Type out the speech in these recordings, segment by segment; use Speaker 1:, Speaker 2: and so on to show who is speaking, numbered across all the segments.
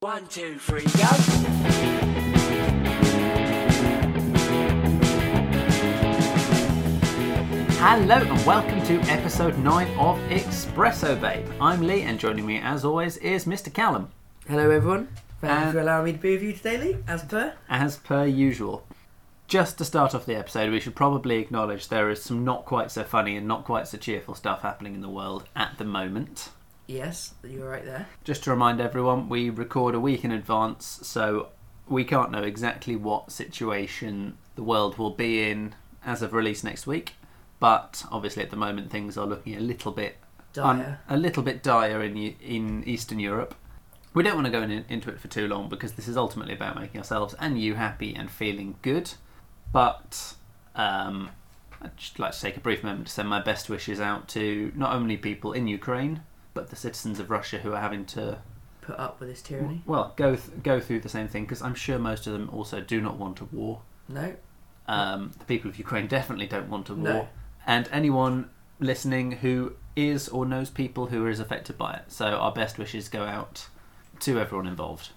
Speaker 1: One, two, three, go.
Speaker 2: Hello and welcome to episode 9 of Espresso Babe. I'm Lee and joining me as always is Mr. Callum,
Speaker 3: Hello, everyone. Thank
Speaker 2: Uh,
Speaker 3: you for allowing me to be with you today, Lee, as per.
Speaker 2: as per usual. Just to start off the episode, we should probably acknowledge there is some not quite so funny and not quite so cheerful stuff happening in the world at the moment.
Speaker 3: Yes, you're right there.
Speaker 2: Just to remind everyone, we record a week in advance, so we can't know exactly what situation the world will be in as of release next week. But obviously, at the moment, things are looking a little bit
Speaker 3: Dire.
Speaker 2: un- a little bit dire in Eu- in Eastern Europe. We don't want to go in, into it for too long because this is ultimately about making ourselves and you happy and feeling good. But um, I'd just like to take a brief moment to send my best wishes out to not only people in Ukraine but the citizens of Russia who are having to
Speaker 3: Put up with this tyranny.
Speaker 2: well go th- go through the same thing because I'm sure most of them also do not want a war.
Speaker 3: No?
Speaker 2: Um, the people of Ukraine definitely don't want a war.
Speaker 3: No.
Speaker 2: And anyone listening who is or knows people who is affected by it. So our best wishes go out to everyone involved.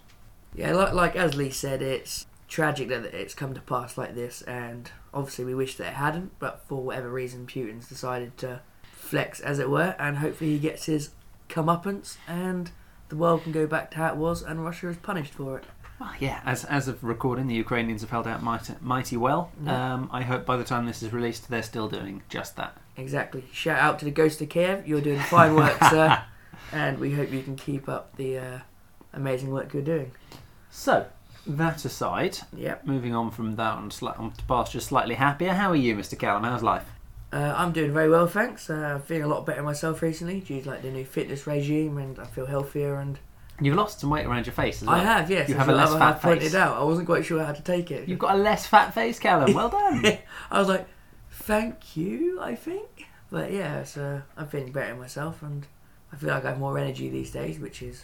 Speaker 3: Yeah, like, like as Lee said, it's tragic that it's come to pass like this, and obviously we wish that it hadn't, but for whatever reason, Putin's decided to flex, as it were, and hopefully he gets his comeuppance, and the world can go back to how it was, and Russia is punished for it.
Speaker 2: Well, yeah, as, as of recording, the Ukrainians have held out mighty, mighty well. Um, I hope by the time this is released, they're still doing just that.
Speaker 3: Exactly. Shout out to the Ghost of Kiev. You're doing fine work, sir, and we hope you can keep up the uh, amazing work you're doing.
Speaker 2: So, that aside,
Speaker 3: Yep.
Speaker 2: moving on from that on, sli- on to pastures slightly happier, how are you, Mr. Callum? How's life?
Speaker 3: Uh, I'm doing very well, thanks. Uh, I'm feeling a lot better myself recently due to like the new fitness regime, and I feel healthier. And
Speaker 2: You've lost some weight around your face as well.
Speaker 3: I have, yes.
Speaker 2: You
Speaker 3: that's
Speaker 2: have a
Speaker 3: what
Speaker 2: less
Speaker 3: I
Speaker 2: fat
Speaker 3: had pointed
Speaker 2: face.
Speaker 3: out. I wasn't quite sure how to take it.
Speaker 2: You've got a less fat face, Callum. Well done.
Speaker 3: I was like, "Thank you," I think. But yeah, so I'm feeling better myself, and I feel like I have more energy these days, which is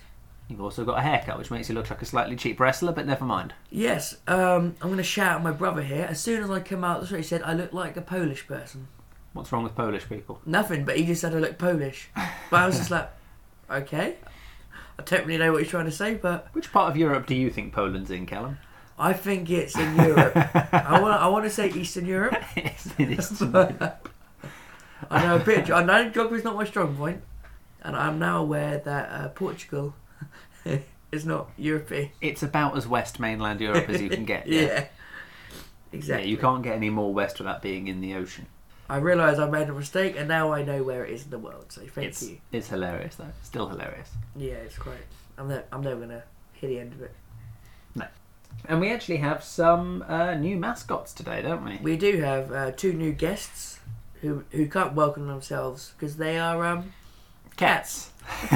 Speaker 2: You've also got a haircut, which makes you look like a slightly cheap wrestler, but never mind.
Speaker 3: yes. Um, I'm gonna shout out my brother here. As soon as I come out, that's what he said. I look like a Polish person.
Speaker 2: What's wrong with Polish people?
Speaker 3: Nothing, but he just said I look Polish. But I was just like, okay. I don't really know what he's trying to say, but.
Speaker 2: Which part of Europe do you think Poland's in, Callum?
Speaker 3: I think it's in Europe. I want. I want to say Eastern Europe.
Speaker 2: It's in Eastern Europe.
Speaker 3: I know a bit. I know geography is not my strong point, and I'm now aware that uh, Portugal is not European.
Speaker 2: it's about as West mainland Europe as you can get. Yeah. Yeah,
Speaker 3: exactly.
Speaker 2: you can't get any more west without being in the ocean.
Speaker 3: I realise I made a mistake, and now I know where it is in the world. So thank
Speaker 2: it's
Speaker 3: you.
Speaker 2: it's hilarious though. Still hilarious.
Speaker 3: Yeah, it's quite. I'm not. I'm never gonna hear the end of it.
Speaker 2: And we actually have some uh, new mascots today, don't we?
Speaker 3: We do have uh, two new guests who who can't welcome themselves because they are um.
Speaker 2: Cats.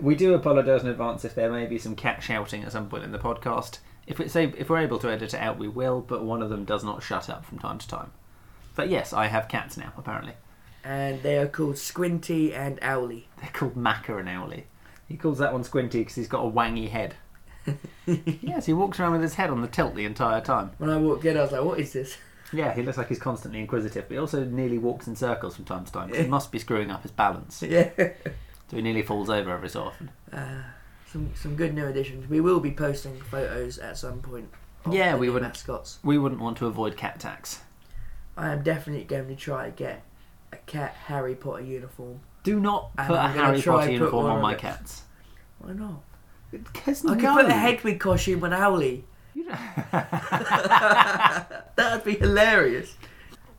Speaker 2: we do apologise in advance if there may be some cat shouting at some point in the podcast. If it's a, if we're able to edit it out, we will. But one of them does not shut up from time to time. But yes, I have cats now. Apparently,
Speaker 3: And they are called Squinty and Owly.
Speaker 2: they're called Macker and Owly. He calls that one Squinty because he's got a wangy head. yes, he walks around with his head on the tilt the entire time.
Speaker 3: When I walked in, I was like, "What is this?"
Speaker 2: Yeah, he looks like he's constantly inquisitive, but he also nearly walks in circles from time to time. 'cause He must be screwing up his balance, so
Speaker 3: yeah.
Speaker 2: he nearly falls over every so often.
Speaker 3: Uh, some some good new additions. We will be posting photos at some point. of
Speaker 2: Yeah,
Speaker 3: the
Speaker 2: we
Speaker 3: new
Speaker 2: would-
Speaker 3: mascots.
Speaker 2: We wouldn't want to avoid cat tax.
Speaker 3: I am definitely going to try to get a cat Harry Potter uniform.
Speaker 2: Do not
Speaker 3: And
Speaker 2: put a
Speaker 3: I'm gonna
Speaker 2: Harry
Speaker 3: try
Speaker 2: Potter
Speaker 3: put
Speaker 2: uniform
Speaker 3: one
Speaker 2: on
Speaker 3: on
Speaker 2: my
Speaker 3: it.
Speaker 2: cats.
Speaker 3: Why not?
Speaker 2: Because
Speaker 3: I could put a Hedwig costume on Owly. That'd be hilarious.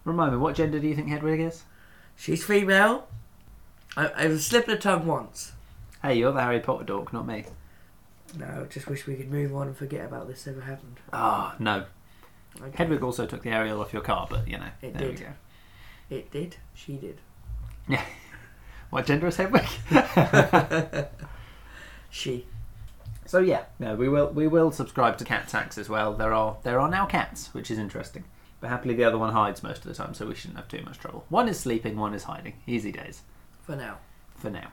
Speaker 2: Remind me, what gender do you think Hedwig is?
Speaker 3: She's female. I, I was slipping a tongue once.
Speaker 2: Hey, you're the Harry Potter dork, not me.
Speaker 3: No, I just wish we could move on and forget about this ever happened.
Speaker 2: Ah, no.
Speaker 3: Okay.
Speaker 2: Hedwig also took the aerial off your car, but you know,
Speaker 3: It
Speaker 2: there we
Speaker 3: did.
Speaker 2: go.
Speaker 3: It did. She did.
Speaker 2: Yeah. What gender is Hedwig?
Speaker 3: She.
Speaker 2: so yeah, no, we will we will subscribe to cat tax as well. There are there are now cats, which is interesting. But happily, the other one hides most of the time, so we shouldn't have too much trouble. One is sleeping, one is hiding. Easy days
Speaker 3: For now.
Speaker 2: for now.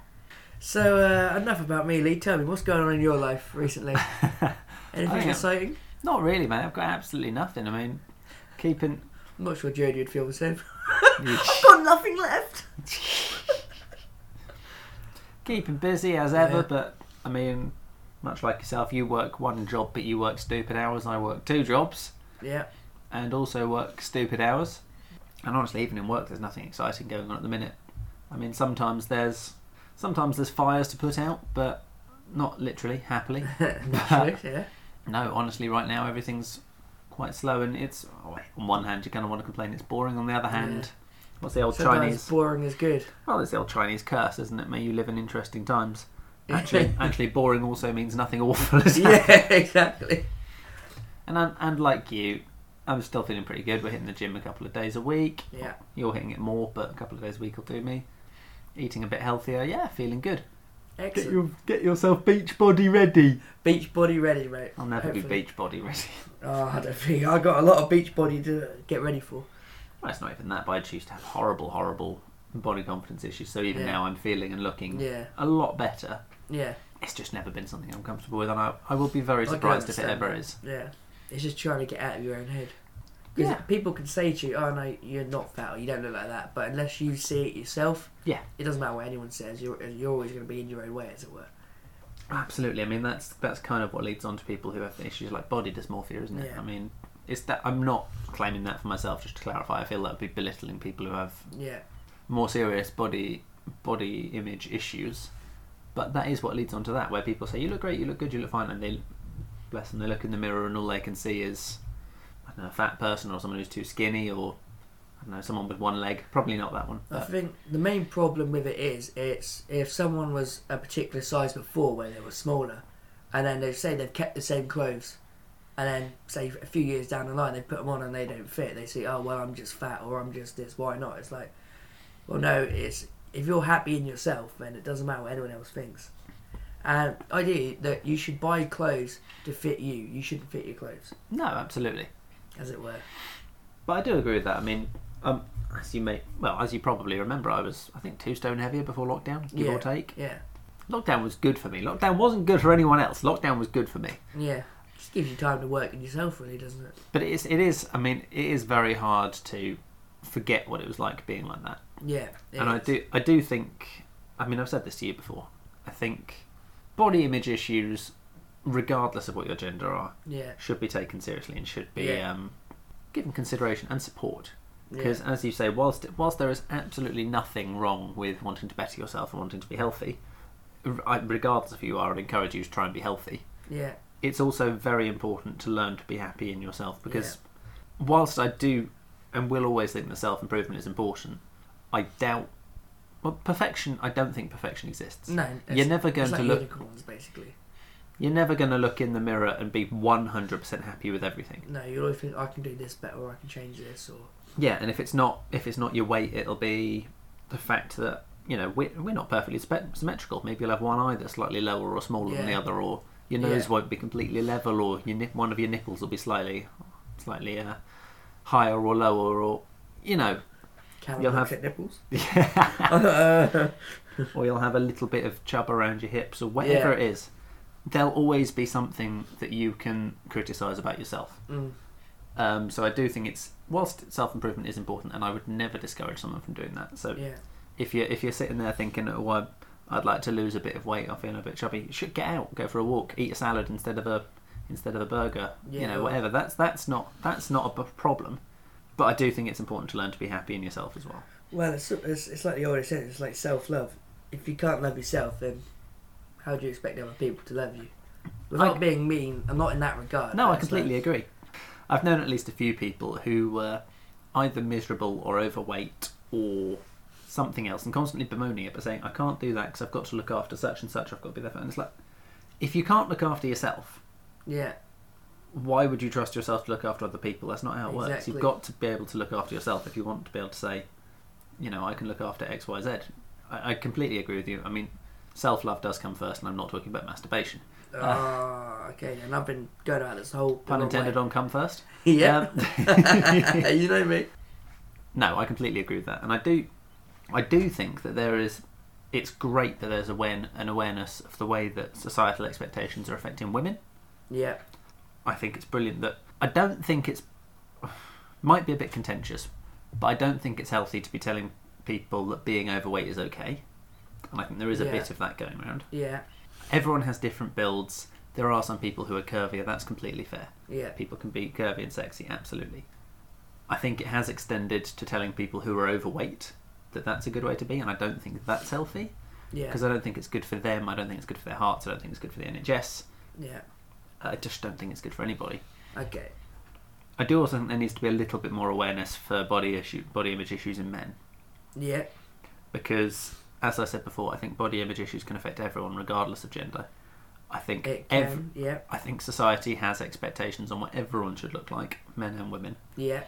Speaker 3: So uh, enough about me, Lee. Tell me what's going on in your life recently.
Speaker 2: I am-
Speaker 3: Anything exciting?
Speaker 2: Not really, man. I've got absolutely nothing. I mean, keeping.
Speaker 3: I'm not sure Jodie would feel the same. I've got nothing left.
Speaker 2: keeping busy as ever,
Speaker 3: Yeah.
Speaker 2: but I mean, Much like yourself, you work one job, but you work stupid hours. I work two jobs
Speaker 3: Yeah.
Speaker 2: and also work stupid hours. And honestly, even in work, there's nothing exciting going on at the minute. I mean, sometimes there's sometimes there's fires to put out, but not literally, happily.
Speaker 3: Naturally, yeah.
Speaker 2: No, honestly, right now everything's quite slow, and it's oh, on one hand you kind of want to complain it's boring. On the other hand, what's the old
Speaker 3: Sometimes
Speaker 2: Chinese?
Speaker 3: boring is good.
Speaker 2: Well, it's Oh, the old Chinese curse, isn't it? May you live in interesting times. Actually, actually, boring also means nothing awful. Is
Speaker 3: yeah, exactly.
Speaker 2: And i and like you, I'm still feeling pretty good. We're hitting the gym a couple of days a week.
Speaker 3: Yeah.
Speaker 2: You're hitting it more, but a couple of days a week will do me. Eating a bit healthier, yeah, feeling good.
Speaker 3: Excellent.
Speaker 2: get yourself beach body ready.
Speaker 3: Beach body ready, mate.
Speaker 2: I'll never be
Speaker 3: Hopefully.
Speaker 2: beach body ready.
Speaker 3: Oh, I don't think I got a lot of beach body to get ready for.
Speaker 2: Well, it's not even that, but I choose to have horrible, horrible body confidence issues. So even
Speaker 3: Yeah.
Speaker 2: now, I'm feeling and looking
Speaker 3: Yeah,
Speaker 2: a lot better.
Speaker 3: yeah,
Speaker 2: It's just never been something I'm comfortable with, and I, I will be very
Speaker 3: I can
Speaker 2: surprised if it
Speaker 3: understand
Speaker 2: ever
Speaker 3: that.
Speaker 2: is.
Speaker 3: yeah. It's just trying to get out of your own head. Because
Speaker 2: Yeah.
Speaker 3: people can say to you, "Oh no, you're not fat, or you don't look like that," but unless you see it yourself,
Speaker 2: Yeah.
Speaker 3: it doesn't matter what anyone says. You're you're always going to be in your own way, as it were.
Speaker 2: Absolutely. I mean, that's that's kind of what leads on to people who have issues like body dysmorphia, isn't it?
Speaker 3: Yeah.
Speaker 2: I mean, it's that I'm not claiming that for myself. Just to clarify, I feel that would be belittling people who have
Speaker 3: Yeah,
Speaker 2: more serious body body image issues. But that is what leads on to that, where people say, "You look great, you look good, you look fine," and they bless them, they look in the mirror and all they can see is I don't know, a fat person or someone who's too skinny or I don't know, someone with one leg. Probably not that one.
Speaker 3: I
Speaker 2: But
Speaker 3: think the main problem with it is it's if someone was a particular size before where they were smaller, and then they say they've kept the same clothes, and then say a few years down the line they put them on and they don't fit. They say, oh well, I'm just fat or I'm just this. Why not? It's like, well, no, it's if you're happy in yourself, then it doesn't matter what anyone else thinks. And ideally, that you should buy clothes to fit you. You shouldn't fit your clothes,
Speaker 2: no, absolutely.
Speaker 3: as it were.
Speaker 2: But I do agree with that. I mean, um, as you may well, as you probably remember, I was I think two stone heavier before lockdown, give
Speaker 3: yeah.
Speaker 2: or take.
Speaker 3: Yeah.
Speaker 2: Lockdown was good for me. Lockdown wasn't good for anyone else. Lockdown was good for me.
Speaker 3: Yeah. Just gives you time to work on yourself, really, doesn't it?
Speaker 2: But it is it is I mean, it is very hard to forget what it was like being like that.
Speaker 3: Yeah. it
Speaker 2: and I
Speaker 3: is.
Speaker 2: do I do think I mean I've said this to you before. I think body image issues, regardless of what your gender are,
Speaker 3: Yeah.
Speaker 2: should be taken seriously and should be
Speaker 3: Yeah.
Speaker 2: um, given consideration and support.
Speaker 3: Yeah.
Speaker 2: Because, as you say, whilst whilst there is absolutely nothing wrong with wanting to better yourself and wanting to be healthy, r- I- regardless of who you are, I'd encourage you to try and be healthy.
Speaker 3: Yeah,
Speaker 2: It's also very important to learn to be happy in yourself because, whilst I do and will always think that self improvement is important, I doubt. Well, perfection. I don't think perfection exists.
Speaker 3: no,
Speaker 2: You're never going
Speaker 3: it's like
Speaker 2: to look.
Speaker 3: unicorns, basically.
Speaker 2: You're never going to look in the mirror and be 100% happy with everything.
Speaker 3: No, you always think I can do this better, or I can change this, or
Speaker 2: Yeah, and if it's not if it's not your weight, it'll be the fact that you know we're, we're not perfectly spe- symmetrical. Maybe you'll have one eye that's slightly lower or smaller than the
Speaker 3: Yeah.
Speaker 2: other, or your
Speaker 3: Yeah.
Speaker 2: nose won't be completely level, or your nip, one of your nipples will be slightly slightly uh, higher or lower, or you know,
Speaker 3: can
Speaker 2: You'll
Speaker 3: I
Speaker 2: have-
Speaker 3: have... nipples?
Speaker 2: or you'll have a little bit of chub around your hips, or whatever
Speaker 3: Yeah.
Speaker 2: it is. There'll always be something that you can criticize about yourself.
Speaker 3: Mm,
Speaker 2: Um, so I do think it's whilst self improvement is important, and I would never discourage someone from doing that. So
Speaker 3: yeah,
Speaker 2: if you are if you're sitting there thinking, oh, I, I'd like to lose a bit of weight, I'm feeling a bit chubby, you should get out, go for a walk, eat a salad instead of a instead of a burger, you
Speaker 3: Yeah.
Speaker 2: know, whatever. That's that's not that's not a b- problem. But I do think it's important to learn to be happy in yourself as well.
Speaker 3: well, it's, it's it's like the old sentence, it's like self love. If you can't love yourself, then how do you expect other people to love you? Without
Speaker 2: Oh.
Speaker 3: being mean, I'm not in that regard.
Speaker 2: No, I
Speaker 3: but it's like-
Speaker 2: completely agree. I've known at least a few people who were either miserable or overweight or something else and constantly bemoaning it but saying, I can't do that because I've got to look after such and such, I've got to be there for. And it's like, if you can't look after yourself,
Speaker 3: yeah,
Speaker 2: why would you trust yourself to look after other people? That's not how it works. You've
Speaker 3: Exactly.
Speaker 2: got to be able to look after yourself if you want to be able to say, you know, I can look after X, Y, Z. I, I completely agree with you. I mean, self love does come first, and I'm not talking about masturbation.
Speaker 3: Ah, okay, then I've been going about this whole
Speaker 2: Pun intended on come first.
Speaker 3: yeah,
Speaker 2: Um,
Speaker 3: you know me.
Speaker 2: No, I completely agree with that, and I do, I do think that there is. It's great that there's a when, an awareness of the way that societal expectations are affecting women.
Speaker 3: Yeah,
Speaker 2: I think it's brilliant that I don't think it's might be a bit contentious, but I don't think it's healthy to be telling people that being overweight is okay. And I think there is a
Speaker 3: Yeah.
Speaker 2: bit of that going around.
Speaker 3: yeah,
Speaker 2: I Everyone has different builds. There are some people who are curvier. That's completely fair.
Speaker 3: Yeah.
Speaker 2: People can be curvy and sexy, absolutely. I think it has extended to telling people who are overweight that that's a good way to be, and I don't think that's healthy
Speaker 3: Yeah.
Speaker 2: because I don't think it's good for them. I don't think it's good for their hearts. I don't think it's good for the NHS.
Speaker 3: Yeah.
Speaker 2: I just don't think it's good for anybody.
Speaker 3: Okay.
Speaker 2: I do also think there needs to be a little bit more awareness for body issue, body image issues in men
Speaker 3: Yeah.
Speaker 2: because, as I said before, I think body image issues can affect everyone regardless of gender. I think
Speaker 3: It can.
Speaker 2: ev-
Speaker 3: yeah.
Speaker 2: I think society has expectations on what everyone should look like, men and women.
Speaker 3: Yeah.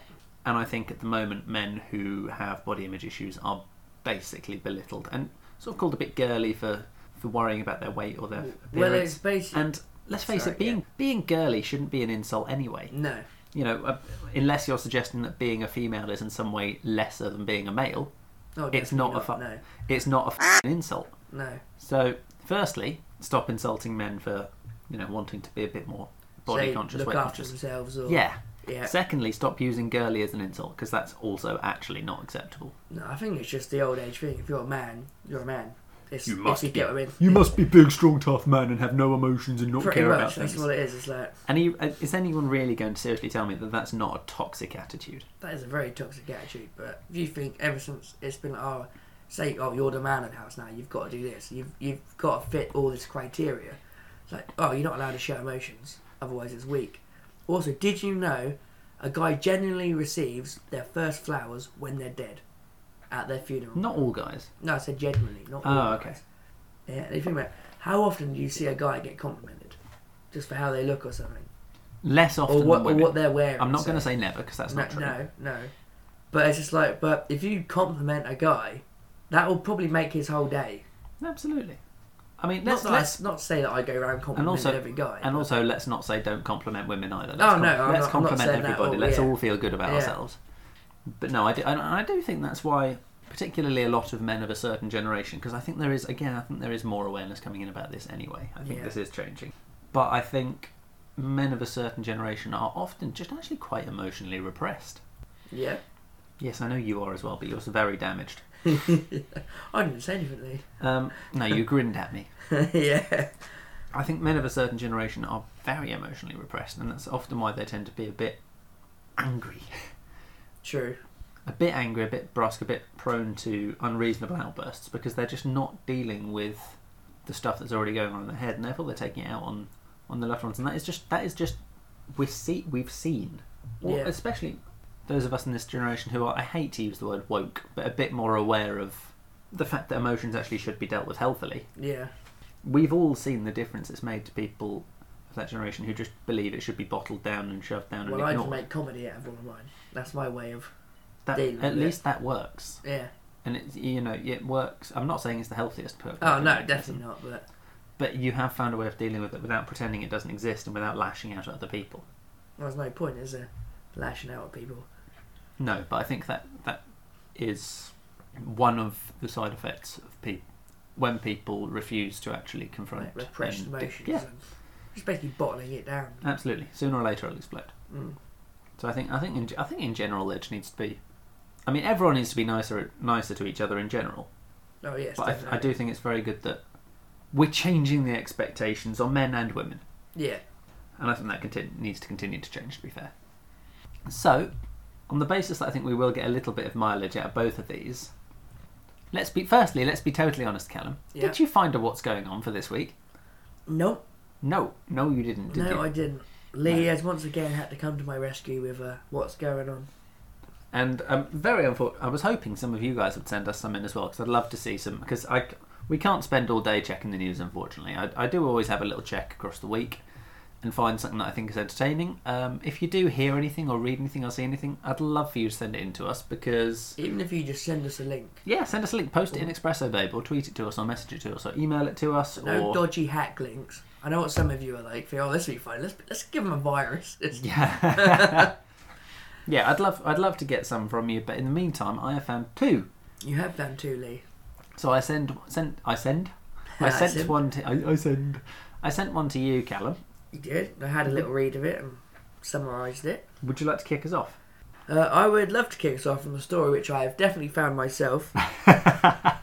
Speaker 2: And I think at the moment, men who have body image issues are basically belittled and sort of called a bit girly for, for worrying about their weight or their
Speaker 3: Well,
Speaker 2: appearance.
Speaker 3: it's basically
Speaker 2: and let's face
Speaker 3: Sorry,
Speaker 2: it, being being girly shouldn't be an insult anyway.
Speaker 3: no.
Speaker 2: You know, uh, unless you're suggesting that being a female is in some way lesser than being a male,
Speaker 3: Oh,
Speaker 2: it's not, a
Speaker 3: definitely
Speaker 2: fu-
Speaker 3: No.
Speaker 2: it's not a f- insult.
Speaker 3: No.
Speaker 2: So, firstly, stop insulting men for you know wanting to be a bit more body
Speaker 3: Say,
Speaker 2: conscious,
Speaker 3: look
Speaker 2: weight
Speaker 3: after
Speaker 2: conscious.
Speaker 3: themselves or
Speaker 2: Yeah.
Speaker 3: Yeah.
Speaker 2: Secondly, stop using girly as an insult because that's also actually not acceptable.
Speaker 3: No, I think it's just the old age thing. If you're a man, you're a man. It's,
Speaker 2: You
Speaker 3: if
Speaker 2: must
Speaker 3: you
Speaker 2: be.
Speaker 3: get what I mean.
Speaker 2: You must be big, strong, tough man and have no emotions and not
Speaker 3: Pretty
Speaker 2: care
Speaker 3: much,
Speaker 2: about
Speaker 3: that's
Speaker 2: things.
Speaker 3: what it is. It's like
Speaker 2: And he, uh, is anyone really going to seriously tell me that that's not a toxic attitude?
Speaker 3: that is a very toxic attitude. But if you think ever since it's been like, oh, say oh you're the man of the house now, you've got to do this. You've you've got to fit all this criteria. It's like oh you're not allowed to show emotions, otherwise it's weak. Also, did you know a guy genuinely receives their first flowers when they're dead at their funeral?
Speaker 2: Not all guys.
Speaker 3: No, I said genuinely, not.
Speaker 2: Oh,
Speaker 3: all
Speaker 2: okay.
Speaker 3: guys. Yeah, and if you remember, how often do you see a guy get complimented just for how they look or something,
Speaker 2: Less often
Speaker 3: or what
Speaker 2: than
Speaker 3: or
Speaker 2: women.
Speaker 3: what they're wearing?
Speaker 2: I'm not going to say never because that's
Speaker 3: no,
Speaker 2: not true.
Speaker 3: no, no. But it's just like, but if you compliment a guy, that will probably make his whole day.
Speaker 2: Absolutely. I mean,
Speaker 3: Let's
Speaker 2: let's,
Speaker 3: not,
Speaker 2: let's
Speaker 3: let's not say that I go around complimenting
Speaker 2: also-
Speaker 3: every guy.
Speaker 2: And also, let's not say don't compliment women either. Let's
Speaker 3: Oh, no, I'm
Speaker 2: com-
Speaker 3: not- I'm
Speaker 2: let's
Speaker 3: not
Speaker 2: compliment
Speaker 3: saying that at
Speaker 2: everybody.
Speaker 3: all,
Speaker 2: let's
Speaker 3: yeah.
Speaker 2: all feel good about
Speaker 3: Yeah.
Speaker 2: ourselves. But no, I do, and I do think that's why, particularly a lot of men of a certain generation, because I think there is again, I think there is more awareness coming in about this anyway. I think
Speaker 3: Yeah.
Speaker 2: this is changing, but I think men of a certain generation are often just actually quite emotionally repressed.
Speaker 3: yeah,
Speaker 2: Yes, I know you are as well, but you're very damaged.
Speaker 3: I didn't say anything.
Speaker 2: Um, no, you grinned at me.
Speaker 3: Lee. yeah,
Speaker 2: I think men of a certain generation are very emotionally repressed, and that's often why they tend to be a bit angry.
Speaker 3: true.
Speaker 2: a bit angry, a bit brusque, a bit prone to unreasonable outbursts because they're just not dealing with the stuff that's already going on in their head, and therefore they're taking it out on on the loved ones. And that is just that is just we see we've seen, or
Speaker 3: Yeah.
Speaker 2: especially those of us in this generation who are I hate to use the word woke, but a bit more aware of the fact that emotions actually should be dealt with healthily.
Speaker 3: Yeah,
Speaker 2: We've all seen the difference it's made to people of that generation who just believe it should be bottled down and shoved down
Speaker 3: well, I
Speaker 2: and
Speaker 3: just
Speaker 2: ignored.
Speaker 3: make comedy out of all of mine. That's my way of
Speaker 2: That,
Speaker 3: deal with
Speaker 2: at
Speaker 3: it.
Speaker 2: least that works.
Speaker 3: yeah.
Speaker 2: and it's you know it works. I'm not saying it's the healthiest per-
Speaker 3: Oh
Speaker 2: coping
Speaker 3: no,
Speaker 2: mechanism,
Speaker 3: definitely not. But
Speaker 2: But you have found a way of dealing with it without pretending it doesn't exist and without lashing out at other people.
Speaker 3: there's no point, is there? Lashing out at people.
Speaker 2: No, but I think that that is one of the side effects of people when people refuse to actually confront
Speaker 3: Like repressed
Speaker 2: and de-
Speaker 3: emotions.
Speaker 2: yeah,
Speaker 3: And just basically bottling it down.
Speaker 2: absolutely. Sooner or later, it'll explode.
Speaker 3: Mm.
Speaker 2: So I think I think in, ge- I think in general there just needs to be. I mean, everyone needs to be nicer nicer to each other in general.
Speaker 3: Oh yes,
Speaker 2: but I, I
Speaker 3: definitely.
Speaker 2: do think it's very good that we're changing the expectations on men and women.
Speaker 3: Yeah,
Speaker 2: and I think that contin- needs to continue to change. To be fair, so on the basis that I think we will get a little bit of mileage out of both of these, let's be firstly let's be totally honest, Callum.
Speaker 3: Yeah.
Speaker 2: Did you find out what's going on for this week?
Speaker 3: nope.
Speaker 2: No, no, you didn't. Did
Speaker 3: no,
Speaker 2: you?
Speaker 3: I didn't. Lee has once again had to come to my rescue with uh, what's going on.
Speaker 2: And um, very unfortunate. I was hoping some of you guys would send us some in as well because I'd love to see some because I c- we can't spend all day checking the news. Unfortunately, I, I do always have a little check across the week and find something that I think is entertaining. Um, if you do hear anything or read anything or see anything, I'd love for you to send it in to us because
Speaker 3: Even if you just send us a link,
Speaker 2: yeah, send us a link, post it in Expresso Babe, or tweet it to us, or message it to us, or email it to us,
Speaker 3: no
Speaker 2: or
Speaker 3: dodgy hack links. I know what some of you are like. Think, oh, this will be fun. Let's let's give them a virus. It's-
Speaker 2: yeah. Yeah, I'd love I'd love to get some from you, but in the meantime, I have found two.
Speaker 3: You have done too, Lee.
Speaker 2: So I send sent I send I
Speaker 3: I
Speaker 2: sent
Speaker 3: send.
Speaker 2: one to I, I send I sent one to you, Callum.
Speaker 3: You did. I had a little read of it and summarised it.
Speaker 2: Would you like to kick us off?
Speaker 3: Uh, I would love to kick us off from a story which I have definitely found myself.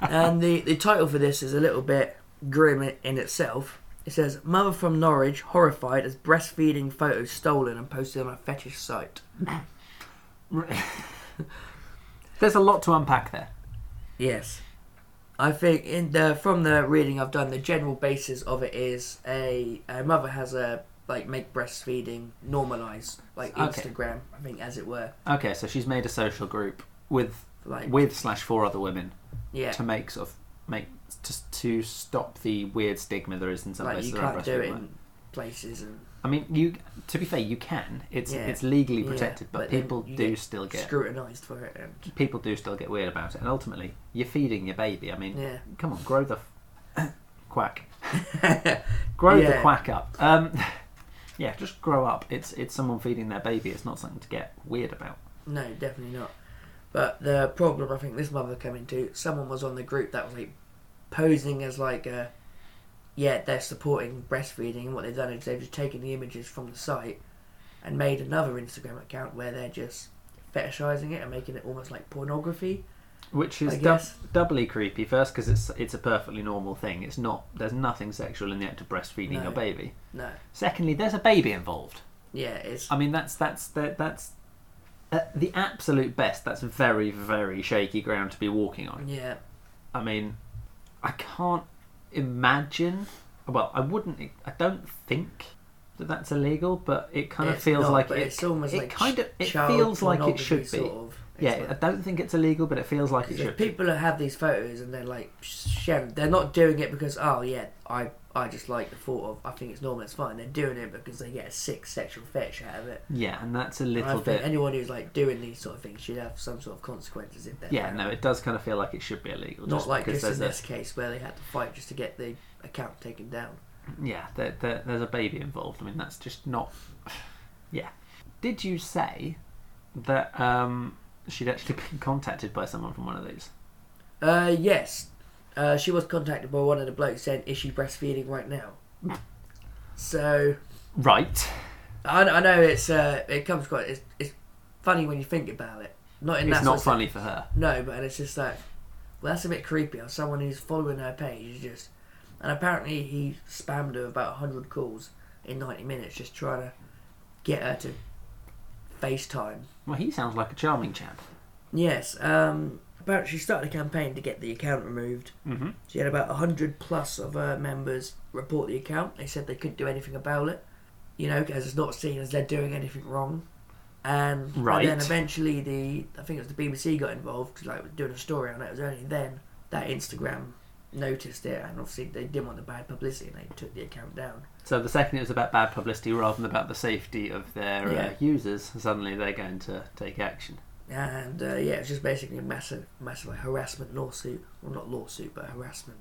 Speaker 3: and the, the title for this is a little bit grim i- in itself. It says, Mother from Norwich horrified as breastfeeding photos stolen and posted on a fetish site.
Speaker 2: There's a lot to unpack there.
Speaker 3: Yes. I think in the from the reading I've done, the general basis of it is a, a mother has a like make breastfeeding normalize like
Speaker 2: Okay.
Speaker 3: Instagram, I think as it were.
Speaker 2: Okay, so she's made a social group with
Speaker 3: Like
Speaker 2: with slash four other women
Speaker 3: yeah,
Speaker 2: to make sort of make to, to stop the weird stigma there is in some
Speaker 3: like
Speaker 2: places
Speaker 3: you
Speaker 2: around
Speaker 3: can't do
Speaker 2: breastfeeding,
Speaker 3: it
Speaker 2: right?
Speaker 3: in places and
Speaker 2: I mean, you to be fair, you can. It's
Speaker 3: Yeah.
Speaker 2: it's legally
Speaker 3: Yeah,
Speaker 2: protected, but,
Speaker 3: but then
Speaker 2: people
Speaker 3: you
Speaker 2: do
Speaker 3: get
Speaker 2: still get
Speaker 3: scrutinized for it and
Speaker 2: people do still get weird about it. And ultimately, you're feeding your baby. I mean,
Speaker 3: yeah.
Speaker 2: come on, grow the f- quack, grow the
Speaker 3: Yeah.
Speaker 2: quack up. Um, yeah, just grow up. It's it's someone feeding their baby. It's not something to get weird about.
Speaker 3: No, definitely not. But the problem I think this mother came into, someone was on the group that was like posing as like a yeah, they're supporting breastfeeding and what they've done is they've just taken the images from the site and made another Instagram account where they're just fetishizing it and making it almost like pornography.
Speaker 2: Which
Speaker 3: I
Speaker 2: is dub-
Speaker 3: guess.
Speaker 2: doubly creepy. First, because it's it's a perfectly normal thing. It's not. There's nothing sexual in the act of breastfeeding
Speaker 3: No.
Speaker 2: your baby.
Speaker 3: No.
Speaker 2: Secondly, there's a baby involved.
Speaker 3: Yeah, it's
Speaker 2: I mean, that's that's that, that's at the absolute best. That's very very shaky ground to be walking on.
Speaker 3: yeah.
Speaker 2: I mean, I can't imagine. Well, I wouldn't. I don't think that that's illegal, but it kind of
Speaker 3: it's
Speaker 2: feels
Speaker 3: not,
Speaker 2: like
Speaker 3: but
Speaker 2: it.
Speaker 3: it's almost
Speaker 2: it
Speaker 3: like
Speaker 2: kind of it
Speaker 3: child
Speaker 2: feels like it should
Speaker 3: pornography
Speaker 2: be.
Speaker 3: Sort of. It's
Speaker 2: yeah,
Speaker 3: like-
Speaker 2: I don't think it's illegal, but it feels like it
Speaker 3: Because
Speaker 2: should. be.
Speaker 3: people that have these photos and they're like sharing, they're not doing it because oh yeah, I I just like the thought of I think it's normal, it's fine. They're doing it because they get a sick sexual fetish out of it.
Speaker 2: Yeah, and that's a
Speaker 3: And I
Speaker 2: little
Speaker 3: think
Speaker 2: bit.
Speaker 3: anyone who's like doing these sort of things should have some sort of consequences if they're
Speaker 2: Yeah,
Speaker 3: found.
Speaker 2: no, it does kind of feel like it should be illegal.
Speaker 3: Not
Speaker 2: just
Speaker 3: like
Speaker 2: because
Speaker 3: this in
Speaker 2: there's a
Speaker 3: this case where they had to fight just to get the account taken down.
Speaker 2: yeah, there, there, there's a baby involved. I mean, that's just not. Yeah. Did you say that um, she'd actually been contacted by someone from one of these?
Speaker 3: Uh yes, uh, she was contacted by one of the blokes saying is she breastfeeding right now? so
Speaker 2: Right.
Speaker 3: I, I know it's uh, it comes quite it's, it's funny when you think about it. Not in
Speaker 2: it's
Speaker 3: that
Speaker 2: not
Speaker 3: sort of-
Speaker 2: funny for her.
Speaker 3: No, but it's just like, well, that's a bit creepy. Or someone who's following her page is just, and apparently he spammed her about hundred calls in ninety minutes, just trying to get her to FaceTime.
Speaker 2: Well, he sounds like a charming chap.
Speaker 3: Yes, um, apparently she started a campaign to get the account removed.
Speaker 2: Mm-hmm.
Speaker 3: She had about hundred plus of her members report the account. They said they couldn't do anything about it, you know, because it's not seen as they're doing anything wrong. And,
Speaker 2: Right.
Speaker 3: and then eventually the I think it was the BBC got involved, 'cause, like doing a story on it. It was only then that Instagram noticed it, and obviously they didn't want the bad publicity, and they took the account down.
Speaker 2: So the second it was about bad publicity rather than about the safety of their uh,
Speaker 3: Yeah.
Speaker 2: users, suddenly they're going to take action.
Speaker 3: And uh, yeah, it was just basically a massive, massive like, harassment lawsuit. Well, not lawsuit, but harassment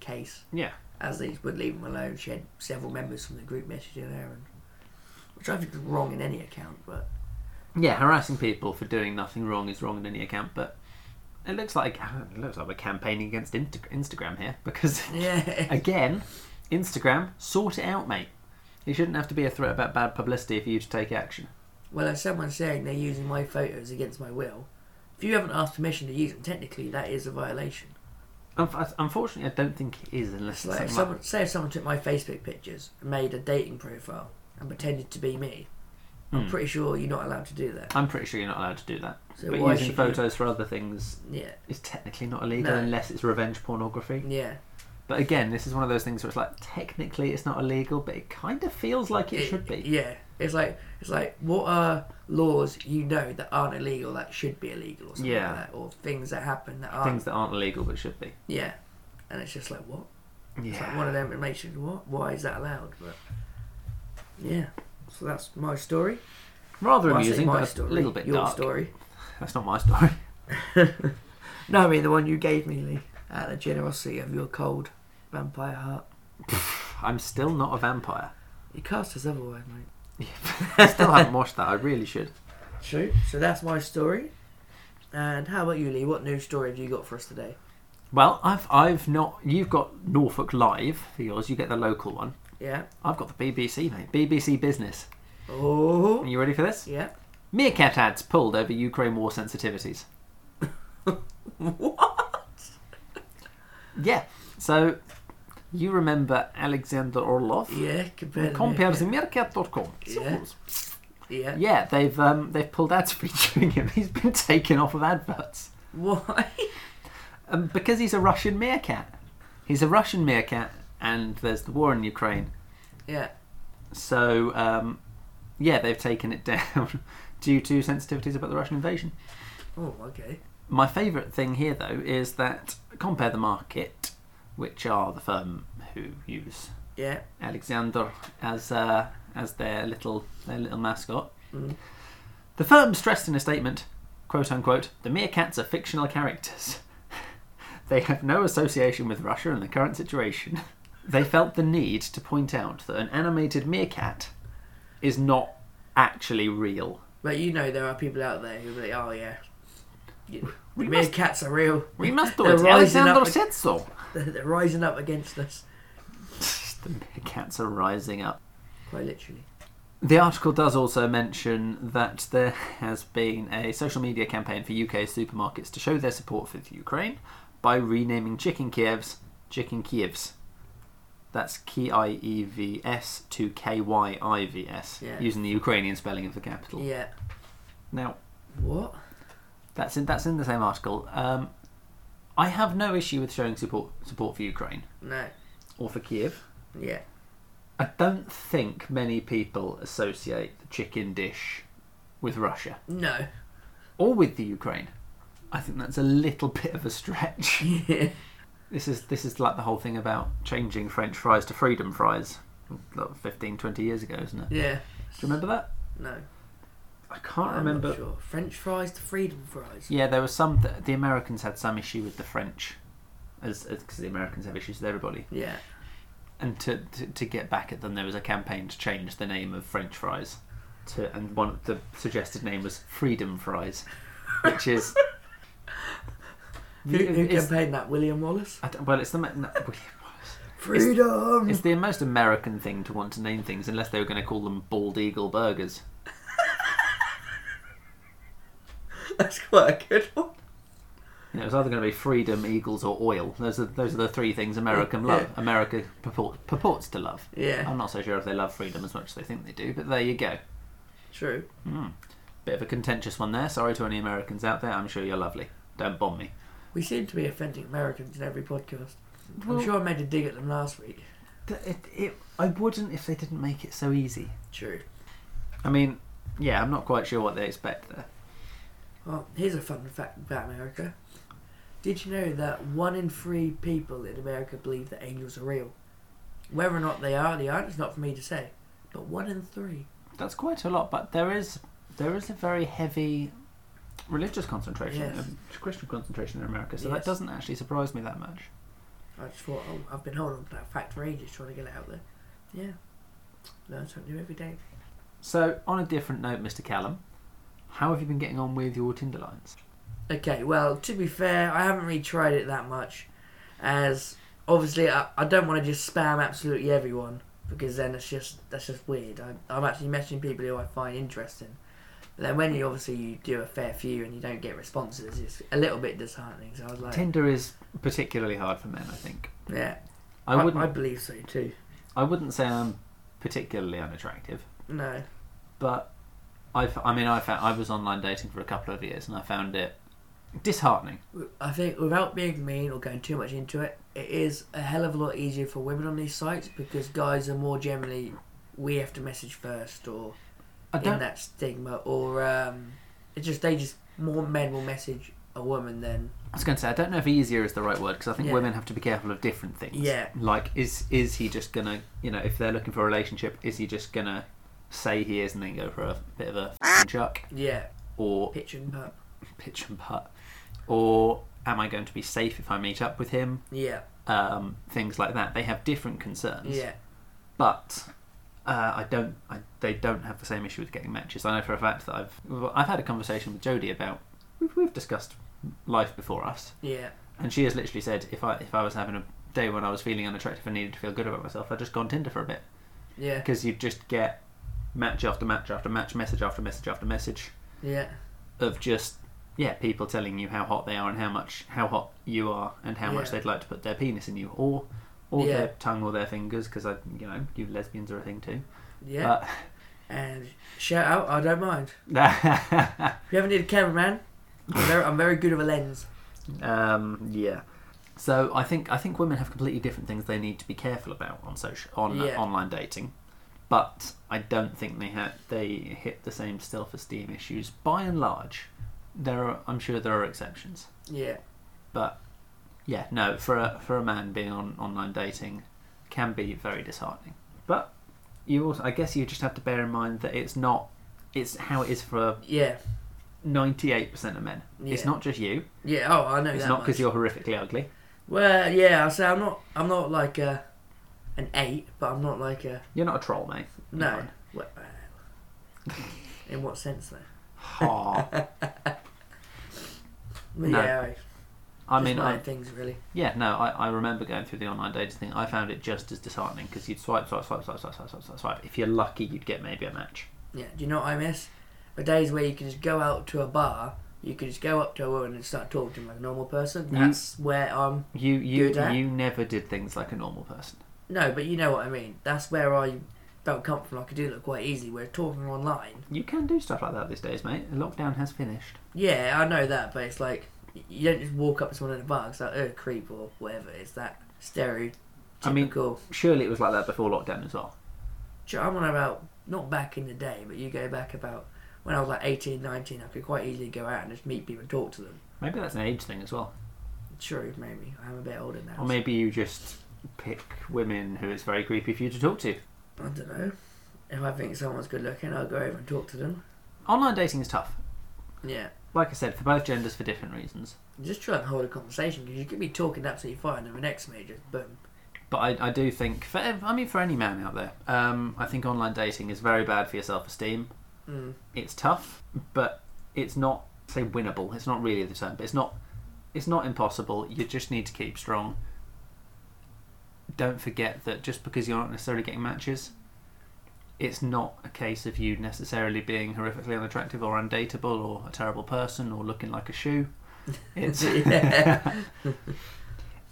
Speaker 3: case.
Speaker 2: Yeah.
Speaker 3: as they would leave him alone. She had several members from the group messaging her, and, which I think is wrong in any account. But
Speaker 2: Yeah, harassing people for doing nothing wrong is wrong in any account, but it looks like it looks like we're campaigning against Insta- Instagram here because
Speaker 3: yeah,
Speaker 2: again, Instagram, sort it out, mate. It shouldn't have to be a threat about bad publicity for you to take action.
Speaker 3: well, as someone's saying, they're using my photos against my will. If you haven't asked permission to use them, technically that is a violation.
Speaker 2: Unf- Unfortunately, I don't think it is unless
Speaker 3: It's
Speaker 2: it's
Speaker 3: like if
Speaker 2: something
Speaker 3: someone, say if someone took my Facebook pictures and made a dating profile and pretended to be me, I'm
Speaker 2: Hmm.
Speaker 3: pretty sure you're not allowed to do that.
Speaker 2: I'm pretty sure you're not allowed to do that.
Speaker 3: So
Speaker 2: but
Speaker 3: why
Speaker 2: using
Speaker 3: should
Speaker 2: photos for other things
Speaker 3: You, yeah,
Speaker 2: is technically not illegal
Speaker 3: No.
Speaker 2: unless it's revenge pornography.
Speaker 3: yeah.
Speaker 2: But again, this is one of those things where it's like technically it's not illegal, but it kind of feels like it, should be.
Speaker 3: Yeah, it's like it's like what are laws you know that aren't illegal that should be illegal or something
Speaker 2: Yeah.
Speaker 3: like that, or things that happen that aren't.
Speaker 2: Things that aren't illegal but should be.
Speaker 3: Yeah, and it's just like what? It's like
Speaker 2: Yeah.
Speaker 3: one of them. It makes you what? Why is that allowed? But yeah, so that's my story.
Speaker 2: Rather
Speaker 3: Well, I say
Speaker 2: amusing,
Speaker 3: my
Speaker 2: but
Speaker 3: story.
Speaker 2: a little bit
Speaker 3: your
Speaker 2: dark.
Speaker 3: story.
Speaker 2: That's not my story.
Speaker 3: No, I mean the one you gave me, Lee, out of the generosity of your cold vampire heart.
Speaker 2: I'm still not a vampire.
Speaker 3: You cast us otherwise, mate.
Speaker 2: I still haven't watched that. I really should.
Speaker 3: True. So that's my story. And how about you, Lee? What new story have you got for us today?
Speaker 2: Well, I've I've not. You've got Norfolk Live for yours. You get the local one.
Speaker 3: Yeah.
Speaker 2: I've got the BBC, mate. BBC Business.
Speaker 3: Oh.
Speaker 2: Are you ready for this?
Speaker 3: Yeah.
Speaker 2: Meerkat ads pulled over Ukraine war sensitivities.
Speaker 3: What?
Speaker 2: Yeah. So You remember Alexander Orlov?
Speaker 3: Yeah, compared to
Speaker 2: Compares
Speaker 3: America.
Speaker 2: America.com.
Speaker 3: Yeah. Yeah.
Speaker 2: Yeah, they've um, they've pulled ads featuring him. He's been taken off of adverts
Speaker 3: Why?
Speaker 2: um, because he's a Russian meerkat. He's a Russian meerkat, and there's the war in Ukraine.
Speaker 3: yeah.
Speaker 2: So um, yeah, they've taken it down due to sensitivities about the Russian invasion.
Speaker 3: Oh, okay.
Speaker 2: My favourite thing here, though, is that compare the market, which are the firm who use
Speaker 3: Yeah.
Speaker 2: Alexander as uh, as their little their little mascot.
Speaker 3: Mm.
Speaker 2: The firm stressed in a statement, quote unquote, the meerkats are fictional characters. they have no association with Russia in the current situation. They felt the need to point out that an animated meerkat is not actually real.
Speaker 3: But you know there are people out there who be like, oh yeah, you,
Speaker 2: We
Speaker 3: the
Speaker 2: must-
Speaker 3: meerkats are real.
Speaker 2: We must do
Speaker 3: They're
Speaker 2: it.
Speaker 3: rising up
Speaker 2: Alexander
Speaker 3: ag-
Speaker 2: said so.
Speaker 3: They're, they're rising up against us,
Speaker 2: the meerkats are rising up.
Speaker 3: quite literally.
Speaker 2: The article does also mention that there has been a social media campaign for UK supermarkets to show their support for the Ukraine by renaming chicken Kievs chicken Kievs. That's K I E V S to K Y I V S,
Speaker 3: Yeah.
Speaker 2: using the Ukrainian spelling of the capital.
Speaker 3: Yeah.
Speaker 2: Now,
Speaker 3: What?
Speaker 2: that's in, that's in the same article. Um, I have no issue with showing support support for Ukraine
Speaker 3: No.
Speaker 2: or for Kiev.
Speaker 3: Yeah.
Speaker 2: I don't think many people associate the chicken dish with Russia.
Speaker 3: No.
Speaker 2: or with the Ukraine. I think that's a little bit of a stretch.
Speaker 3: Yeah.
Speaker 2: this is this is like the whole thing about changing French fries to freedom fries. Like 15, 20 years ago, isn't it? Do
Speaker 3: Yeah.
Speaker 2: you remember that?
Speaker 3: No.
Speaker 2: I can't
Speaker 3: I'm
Speaker 2: remember.
Speaker 3: Not sure. French fries to freedom fries.
Speaker 2: Yeah, there was some. Th- the Americans had some issue with the French, as because the Americans have issues with everybody.
Speaker 3: Yeah.
Speaker 2: And to, to to get back at them, there was a campaign to change the name of French fries, to and one the suggested name was freedom fries, which is.
Speaker 3: Who, who
Speaker 2: It's-
Speaker 3: campaigned that? William Wallace.
Speaker 2: I don't- well, it's the ma- no,
Speaker 3: Freedom.
Speaker 2: it's the most American thing to want to name things, unless they were going to call them bald eagle burgers.
Speaker 3: That's quite a good one.
Speaker 2: You know, it's either going to be freedom, eagles, or oil. Those are those are the three things American
Speaker 3: Yeah.
Speaker 2: love. America purport, purports to love.
Speaker 3: Yeah.
Speaker 2: I'm not so sure if they love freedom as much as they think they do, but there you go. Hmm.
Speaker 3: True.
Speaker 2: Bit of a contentious one there. Sorry to any Americans out there. I'm sure you're lovely. Don't bomb me.
Speaker 3: We seem to be offending Americans in every podcast.
Speaker 2: Well-
Speaker 3: I'm sure I made a dig at them last week.
Speaker 2: It, it, I wouldn't if they didn't make it so easy.
Speaker 3: True.
Speaker 2: I mean, yeah, I'm not quite sure what they expect there.
Speaker 3: Well, here's a fun fact about America. Did you know that one in three people in America believe that angels are real? Whether or not they are, they aren't, it's not for me to say. But one in three.
Speaker 2: That's quite a lot, but there is there is a very heavy religious concentration,
Speaker 3: Yes.
Speaker 2: um, Christian concentration in America. So
Speaker 3: Yes.
Speaker 2: that doesn't actually surprise me that much.
Speaker 3: I just thought, oh, I've been holding on to that fact for ages, trying to get it out there. Yeah. Learn something new every day.
Speaker 2: So, on a different note, Mr. Callum, how have you been getting on with your Tinder lines?
Speaker 3: Okay, well, to be fair, I haven't really tried it that much. As obviously, I, I don't want to just spam absolutely everyone because then it's just that's just weird. I, I'm actually messaging people who I find interesting. But then when you obviously you do a fair few and you don't get responses, it's a little bit disheartening. So I was like,
Speaker 2: Tinder is particularly hard for men, I think.
Speaker 3: yeah,
Speaker 2: I
Speaker 3: I
Speaker 2: wouldn't
Speaker 3: believe so too.
Speaker 2: I wouldn't say I'm particularly unattractive,
Speaker 3: No,
Speaker 2: but I I mean I found, I was online dating for a couple of years and I found it disheartening.
Speaker 3: I think without being mean or going too much into it, it is a hell of a lot easier for women on these sites because guys are more generally we have to message first or
Speaker 2: I
Speaker 3: in
Speaker 2: don't
Speaker 3: that stigma, or um, it's just they just more men will message a woman than
Speaker 2: I was going to say I don't know if easier is the right word because I think
Speaker 3: Yeah.
Speaker 2: women have to be careful of different things.
Speaker 3: Yeah.
Speaker 2: Like is is he just gonna you know if they're looking for a relationship is he just gonna say he is and then go for a bit of a
Speaker 3: Ah.
Speaker 2: f***ing chuck
Speaker 3: yeah
Speaker 2: or
Speaker 3: pitch and pup.
Speaker 2: pitch and putt or am I going to be safe if I meet up with him?
Speaker 3: Yeah,
Speaker 2: Um, things like that. They have different concerns.
Speaker 3: yeah,
Speaker 2: But uh, I don't. I, they don't have the same issue with getting matches. I know for a fact that I've well, I've had a conversation with Jodie about we've, we've discussed life before us.
Speaker 3: yeah,
Speaker 2: And she has literally said, if I if I was having a day when I was feeling unattractive and needed to feel good about myself, I'd just go on Tinder for a bit
Speaker 3: yeah,
Speaker 2: because you'd just get match after match after match, message after message after message
Speaker 3: yeah,
Speaker 2: of just yeah people telling you how hot they are and how much how hot you are and how much
Speaker 3: Yeah.
Speaker 2: they'd like to put their penis in you, or or
Speaker 3: Yeah.
Speaker 2: their tongue or their fingers, because I, you know, you lesbians are a thing too.
Speaker 3: Yeah.
Speaker 2: Uh,
Speaker 3: and shout out, I don't mind.
Speaker 2: But,
Speaker 3: If you ever need a cameraman, I'm very, I'm very good with a lens.
Speaker 2: um, yeah. So I think I think women have completely different things they need to be careful about on social on uh,
Speaker 3: Yeah.
Speaker 2: online dating, but I don't think they ha they hit the same self esteem issues by and large. There are I'm sure there are exceptions.
Speaker 3: Yeah.
Speaker 2: But yeah, no, for a for a man being on online dating can be very disheartening. But you also, I guess, you just have to bear in mind that it's not. It's how it is for
Speaker 3: Yeah.
Speaker 2: ninety eight percent of men. It's
Speaker 3: Yeah.
Speaker 2: not just you.
Speaker 3: Yeah. Oh, I know
Speaker 2: It's
Speaker 3: that
Speaker 2: not because
Speaker 3: much.
Speaker 2: you're horrifically ugly.
Speaker 3: Well, yeah. I say I'm not. I'm not like a an eight, but I'm not like a
Speaker 2: You're not a troll, mate.
Speaker 3: no. Well, uh, in what sense though?
Speaker 2: Aw. No.
Speaker 3: Yeah. I,
Speaker 2: I
Speaker 3: just
Speaker 2: mean,
Speaker 3: my
Speaker 2: I,
Speaker 3: own things really.
Speaker 2: yeah, no, I, I remember going through the online dating thing. I found it just as disheartening because you'd swipe, swipe, swipe, swipe, swipe, swipe, swipe, swipe, swipe. If you're lucky, you'd get maybe a match.
Speaker 3: Yeah. Do you know what I miss? The days where you can just go out to a bar, you can just go up to a woman and start talking to them like a normal person.
Speaker 2: You-
Speaker 3: That's where um, I'm.
Speaker 2: You you
Speaker 3: Good at-
Speaker 2: you never did things like a normal person.
Speaker 3: No, but you know what I mean. That's where I felt comfortable. I could do that quite easily. Where talking online,
Speaker 2: You can do stuff like that these days, mate. Lockdown has finished.
Speaker 3: yeah, I know that, but it's like y- you don't just walk up to someone in a bar. It's like, oh, creep or whatever. It's that stereotypical.
Speaker 2: I mean- Surely it was like that before lockdown as well.
Speaker 3: Do you know, I'm on about not back in the day, but you go back about when I was like 18, 19, I could quite easily go out and just meet people and talk to them.
Speaker 2: Maybe that's an age thing as well.
Speaker 3: True, maybe. I'm a bit older now.
Speaker 2: Or maybe you just pick women who it's very creepy for you to talk to.
Speaker 3: I don't know. If I think someone's good looking, I'll go over and talk to them.
Speaker 2: Online dating is tough.
Speaker 3: Yeah.
Speaker 2: Like I said, for both genders for different reasons.
Speaker 3: Just try and hold a conversation because you could be talking absolutely fine and the next major, boom.
Speaker 2: But I, I do think, for, ev- I mean, for any man out there, um, I think online dating is very bad for your self esteem.
Speaker 3: Mm.
Speaker 2: It's tough, but it's not, say, winnable. It's not really the term, but it's not, it's not impossible. You just need to keep strong. Don't forget that just because you're not necessarily getting matches, it's not a case of you necessarily being horrifically unattractive or undateable or a terrible person or looking like a shoe. It's
Speaker 3: Yeah.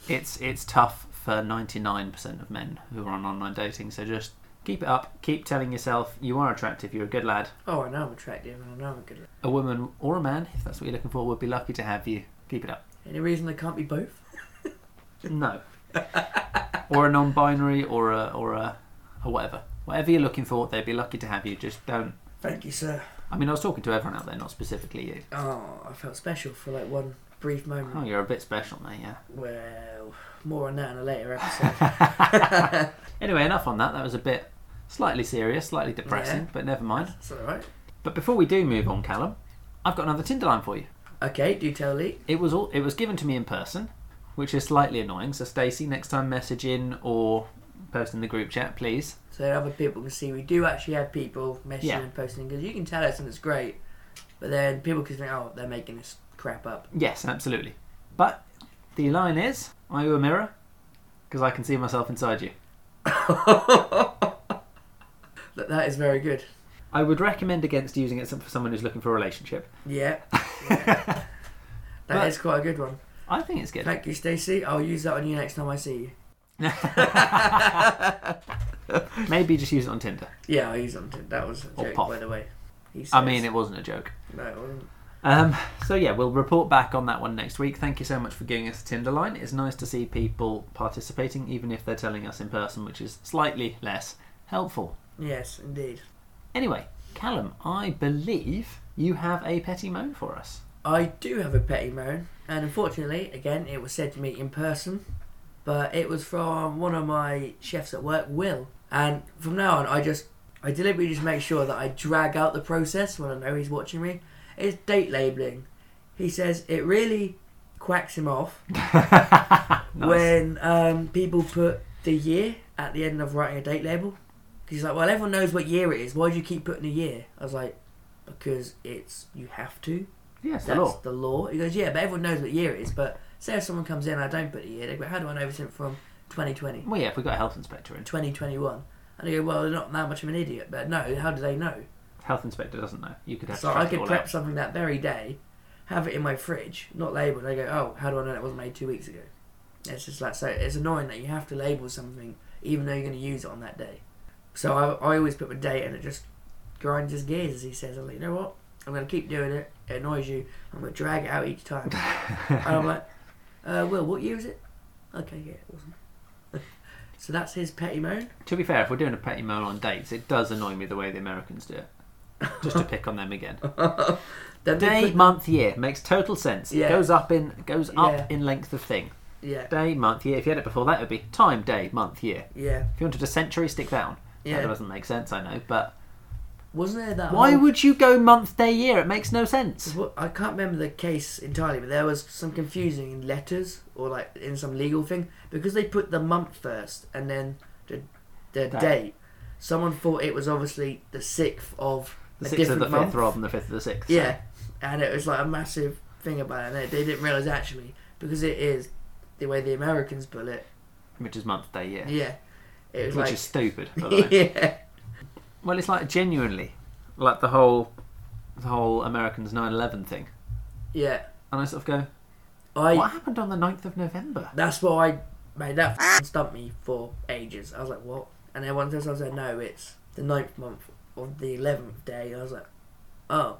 Speaker 2: it's it's tough for ninety nine percent of men who are on online dating. So just keep it up. Keep telling yourself you are attractive. You're a good lad.
Speaker 3: Oh, I know I'm attractive and I know I'm good looking.
Speaker 2: A woman or a man, if that's what you're looking for, would be lucky to have you. Keep it up.
Speaker 3: Any reason I can't be both?
Speaker 2: No. or a non-binary or a or a or whatever. Whatever you're looking for, they'd be lucky to have you. Just don't.
Speaker 3: Thank you, sir.
Speaker 2: I mean, I was talking to everyone out there, not specifically you.
Speaker 3: Oh, I felt special for like one brief moment.
Speaker 2: Oh, you're a bit special, mate. Yeah.
Speaker 3: Well, more on that in a later episode.
Speaker 2: Anyway, enough on that. That was a bit slightly serious, slightly depressing,
Speaker 3: Yeah.
Speaker 2: but never mind.
Speaker 3: That's alright.
Speaker 2: But before we do move on, Callum, I've got another Tinder line for you.
Speaker 3: Okay, do tell Lee.
Speaker 2: It was all it was given to me in person, which is slightly annoying. So Stacey, next time message in or post in the group chat, please.
Speaker 3: So that other people can see we do actually have people messaging
Speaker 2: Yeah.
Speaker 3: and posting because you can tell us and it's great, but then people can think, oh, they're making this crap up.
Speaker 2: Yes, absolutely. But the line is, are you a mirror? Because I can see myself inside you.
Speaker 3: That, that is very good.
Speaker 2: I would recommend against using it for someone who's looking for a relationship.
Speaker 3: Yeah,
Speaker 2: I
Speaker 3: that is
Speaker 2: But-
Speaker 3: quite a good one.
Speaker 2: think it's good.
Speaker 3: Thank you, Stacey. I'll use that on you next time I see you.
Speaker 2: Maybe just use it on Tinder.
Speaker 3: Yeah, I'll use that on Tinder. That was a
Speaker 2: Or
Speaker 3: joke,
Speaker 2: Pop.
Speaker 3: by the way. He
Speaker 2: Oh, I
Speaker 3: says-
Speaker 2: mean, it wasn't a joke.
Speaker 3: No, it wasn't.
Speaker 2: Um, so yeah, we'll report back on that one next week. Thank you so much for giving us a Tinder line. It's nice to see people participating, even if they're telling us in person, which is slightly less helpful.
Speaker 3: Yes, indeed.
Speaker 2: Anyway, Callum, I believe you have a petty moan for us.
Speaker 3: I do have a petty moan, and unfortunately, again, it was said to me in person, but it was from one of my chefs at work, Will. And from now on, I just, I deliberately just make sure that I drag out the process when I know he's watching me. It's date labelling. He says it really quacks him off
Speaker 2: Nice.
Speaker 3: when um, people put the year at the end of writing a date label. 'Cause he's like, well, everyone knows what year it is. Why do you keep putting a year? I was like, because it's, you have to.
Speaker 2: yes,
Speaker 3: That's
Speaker 2: hello.
Speaker 3: the law. He goes, yeah, but everyone knows what year it is. But say if someone comes in, I don't put a year. They go, how do I know it's from 2020,
Speaker 2: Well, yeah, if we got a health inspector in,
Speaker 3: 2021? And I go, well, they're not that much of an idiot. But no, how do they know?
Speaker 2: health inspector doesn't know. You could have
Speaker 3: So
Speaker 2: to track
Speaker 3: I
Speaker 2: it
Speaker 3: could
Speaker 2: all
Speaker 3: prep
Speaker 2: out.
Speaker 3: something that very day, have it in my fridge, not labelled. I go, oh, how do I know that was made two weeks ago? It's just like so. It's annoying that you have to label something even though you're going to use it on that day. So I, I always put my date and it just grinds his gears as he says, I'm like, you know what? I'm going to keep doing it. It annoys you. I'm going to drag it out each time. and I'm like, uh, Will, what year is it? Okay, yeah, awesome. so that's his petty moan.
Speaker 2: To be fair, if we're doing a petty moan on dates, it does annoy me the way the Americans do it. Just to pick on them again.
Speaker 3: Then they
Speaker 2: Day,
Speaker 3: put-
Speaker 2: month, year makes total sense. It
Speaker 3: Yeah.
Speaker 2: goes up in goes up
Speaker 3: Yeah.
Speaker 2: in length of thing.
Speaker 3: yeah,
Speaker 2: Day, month, year. If you had it before that, it would be time, day, month, year.
Speaker 3: yeah,
Speaker 2: If you wanted a century, stick that on.
Speaker 3: yeah. Oh.
Speaker 2: That doesn't make sense, I know, but
Speaker 3: Wasn't there that?
Speaker 2: why
Speaker 3: whole-
Speaker 2: would you go month, day, year? It makes no sense.
Speaker 3: What- I can't remember the case entirely, but there was some confusing in letters or like in some legal thing because they put the month first and then the, the
Speaker 2: Date.
Speaker 3: date. Someone thought it was obviously the sixth of
Speaker 2: The
Speaker 3: a
Speaker 2: sixth of
Speaker 3: different
Speaker 2: the
Speaker 3: month.
Speaker 2: fifth rather than the fifth of the sixth.
Speaker 3: Yeah, and it was like a massive thing about it, and they, they didn't realize actually because it is the way the Americans put it.
Speaker 2: Which is month, day, year.
Speaker 3: Yeah, it was
Speaker 2: Which
Speaker 3: like
Speaker 2: is stupid. By the way.
Speaker 3: yeah,
Speaker 2: Well, it's like genuinely, like the whole, the whole Americans 9/11 thing,
Speaker 3: yeah.
Speaker 2: and I sort of go,
Speaker 3: I
Speaker 2: what happened on the 9th of November?
Speaker 3: That's why I made that f***ing stump me for ages. I was like, what? And then one time I said, no, it's the ninth month of the 11th day. I was like, oh.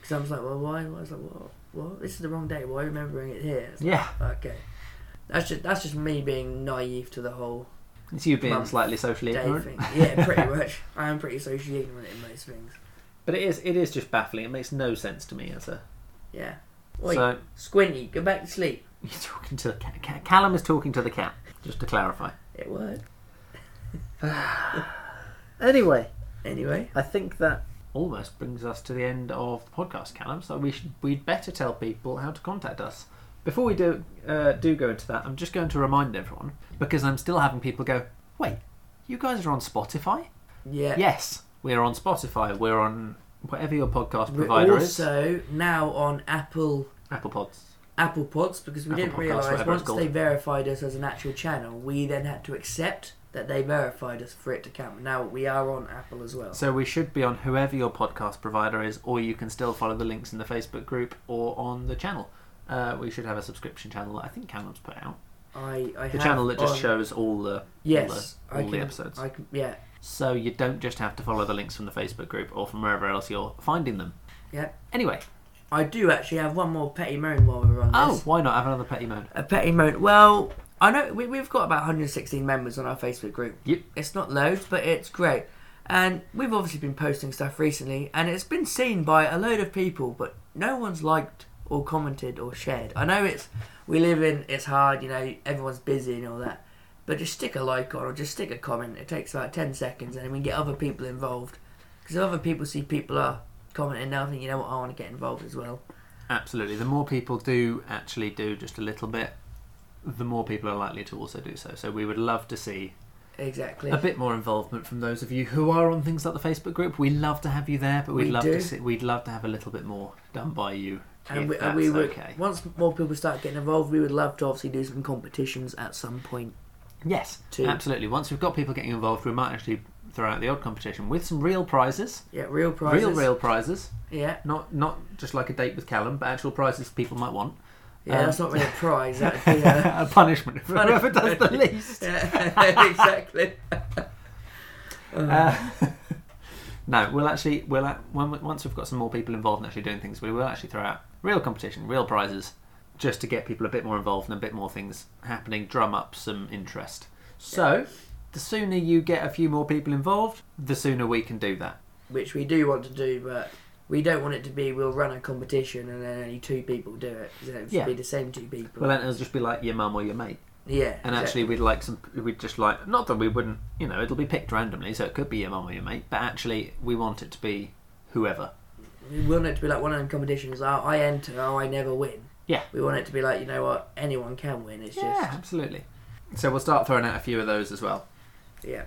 Speaker 3: Because I was like, well, why? I was like, what? What? This is the wrong day. Why are you remembering it here? It's like,
Speaker 2: Yeah,
Speaker 3: okay. That's just, that's just me being naive to the whole
Speaker 2: it's you being
Speaker 3: Month,
Speaker 2: slightly socially
Speaker 3: day
Speaker 2: ignorant.
Speaker 3: thing. Yeah, pretty much. I am pretty socially ignorant in most things.
Speaker 2: But it is, it is just baffling. It makes no sense to me as a.
Speaker 3: Yeah. Oi,
Speaker 2: So
Speaker 3: Squinty, go back to sleep.
Speaker 2: you're talking to the cat. Ca- Callum is talking to the cat. Just to clarify.
Speaker 3: It worked.
Speaker 2: Anyway,
Speaker 3: Anyway,
Speaker 2: I think that almost brings us to the end of the podcast, Callum. So we should we'd better tell people how to contact us. Before we do uh, do go into that, I'm just going to remind everyone because I'm still having people go, "Wait, you guys are on Spotify?"
Speaker 3: yeah.
Speaker 2: Yes, we're on Spotify. We're on whatever your podcast
Speaker 3: We're
Speaker 2: provider is,
Speaker 3: also now on Apple
Speaker 2: Apple Pods.
Speaker 3: Apple Pods because we
Speaker 2: Apple
Speaker 3: didn't
Speaker 2: Podcasts,
Speaker 3: realise
Speaker 2: whatever it's
Speaker 3: once
Speaker 2: called.
Speaker 3: they verified us as an actual channel, we then had to accept that they verified us for it to count. Now we are on Apple as well.
Speaker 2: So we should be on whoever your podcast provider is, or you can still follow the links in the Facebook group or on the channel. Uh, we should have a subscription channel that I think Callum's put out.
Speaker 3: I, I
Speaker 2: The channel that just
Speaker 3: on,
Speaker 2: shows all the
Speaker 3: yes,
Speaker 2: all the, all
Speaker 3: I
Speaker 2: the
Speaker 3: can-
Speaker 2: episodes.
Speaker 3: I can, yeah,
Speaker 2: So you don't just have to follow the links from the Facebook group or from wherever else you're finding them.
Speaker 3: yeah.
Speaker 2: Anyway,
Speaker 3: I do actually have one more petty moan while we're on
Speaker 2: oh,
Speaker 3: this.
Speaker 2: why not have another petty moan?
Speaker 3: A petty moan. Well, I know we, we've got about 116 members on our Facebook group.
Speaker 2: Yep.
Speaker 3: It's not loads, but it's great. And we've obviously been posting stuff recently, and it's been seen by a load of people, but no one's liked or commented or shared. I know it's we live in it's hard, you know, everyone's busy and all that, but just stick a like on or just stick a comment. It takes like ten seconds, and then we get other people involved because other people see people are commenting now, think you know what, I want to get involved as well.
Speaker 2: Absolutely. The more people do actually do just a little bit, the more people are likely to also do so. So we would love to see
Speaker 3: Exactly.
Speaker 2: a bit more involvement from those of you who are on things like the Facebook group. We love to have you there, but we'd
Speaker 3: We
Speaker 2: love
Speaker 3: do.
Speaker 2: to see, we'd love to have a little bit more done by you. if
Speaker 3: And we,
Speaker 2: that's
Speaker 3: and we would,
Speaker 2: okay.
Speaker 3: once more people start getting involved, we would love to obviously do some competitions at some point.
Speaker 2: Yes,
Speaker 3: Two.
Speaker 2: absolutely. Once we've got people getting involved, we might actually throw out the odd competition with some real prizes,
Speaker 3: Yeah, real prizes.
Speaker 2: real real prizes.
Speaker 3: Yeah,
Speaker 2: Not not just like a date with Callum, but actual prizes people might want.
Speaker 3: yeah.
Speaker 2: Um,
Speaker 3: that's not really a prize. That'd be a,
Speaker 2: a punishment for whoever does the least.
Speaker 3: yeah, exactly. Um,
Speaker 2: Uh, no, we'll actually we'll a- when we, once we've got some more people involved and actually doing things, we will actually throw out real competition, real prizes, just to get people a bit more involved and a bit more things happening, drum up some interest. So, the sooner you get a few more people involved, the sooner we can do that.
Speaker 3: Which we do want to do, but we don't want it to be we'll run a competition and then only two people do it. 'cause then it would
Speaker 2: Yeah.
Speaker 3: be the same two people.
Speaker 2: Well, then it'll just be like your mum or your mate.
Speaker 3: yeah.
Speaker 2: And actually, we'd like some. We'd just like not that we wouldn't. You know, it'll be picked randomly, so it could be your mum or your mate. But actually, we want it to be whoever.
Speaker 3: we want it to be like one of them competitions. Oh, I enter. Oh, I never win.
Speaker 2: Yeah.
Speaker 3: We want it to be like you know what anyone can win. It's just
Speaker 2: absolutely. So we'll start throwing out a few of those as well.
Speaker 3: yeah.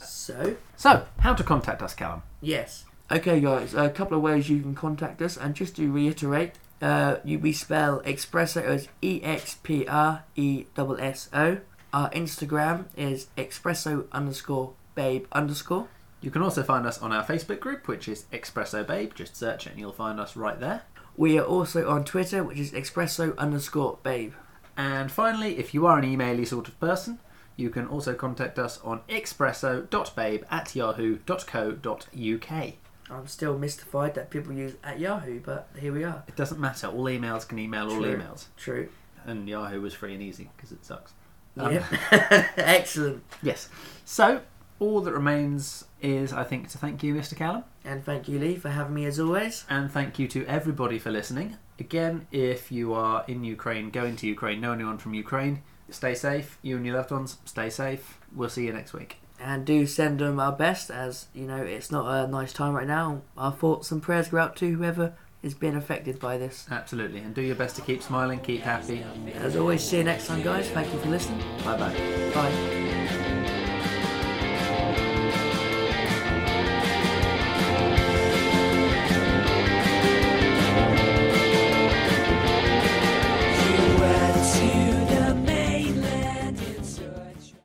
Speaker 3: So
Speaker 2: So, how to contact us, Callum?
Speaker 3: Yes. Okay, guys, a couple of ways you can contact us, and just to reiterate, uh, you, we spell Expresso as E X P R E S S O. Our Instagram is Expresso underscore babe underscore.
Speaker 2: You can also find us on our Facebook group, which is Expresso Babe. Just search it, and you'll find us right there.
Speaker 3: We are also on Twitter, which is Expresso underscore babe.
Speaker 2: And finally, if you are an emaily sort of person, you can also contact us on expresso.babe at yahoo.co.uk.
Speaker 3: I'm still mystified that people use at Yahoo, but here we are.
Speaker 2: It doesn't matter, all emails can email all
Speaker 3: True.
Speaker 2: emails.
Speaker 3: True.
Speaker 2: And Yahoo was free and easy because it sucks. Um,
Speaker 3: Yeah. Excellent.
Speaker 2: Yes. So, all that remains is, I think, to thank you, Mr. Callum.
Speaker 3: And thank you, Lee, for having me as always.
Speaker 2: And thank you to everybody for listening. Again, if you are in Ukraine, going to Ukraine, know anyone from Ukraine, stay safe. You and your loved ones, stay safe. We'll see you next week.
Speaker 3: And do send them our best, as you know, it's not a nice time right now. Our thoughts and prayers go out to whoever is being affected by this.
Speaker 2: Absolutely. And do your best to keep smiling, keep happy.
Speaker 3: As always, see you next time, guys. Thank you for listening.
Speaker 2: Bye bye.
Speaker 3: Bye.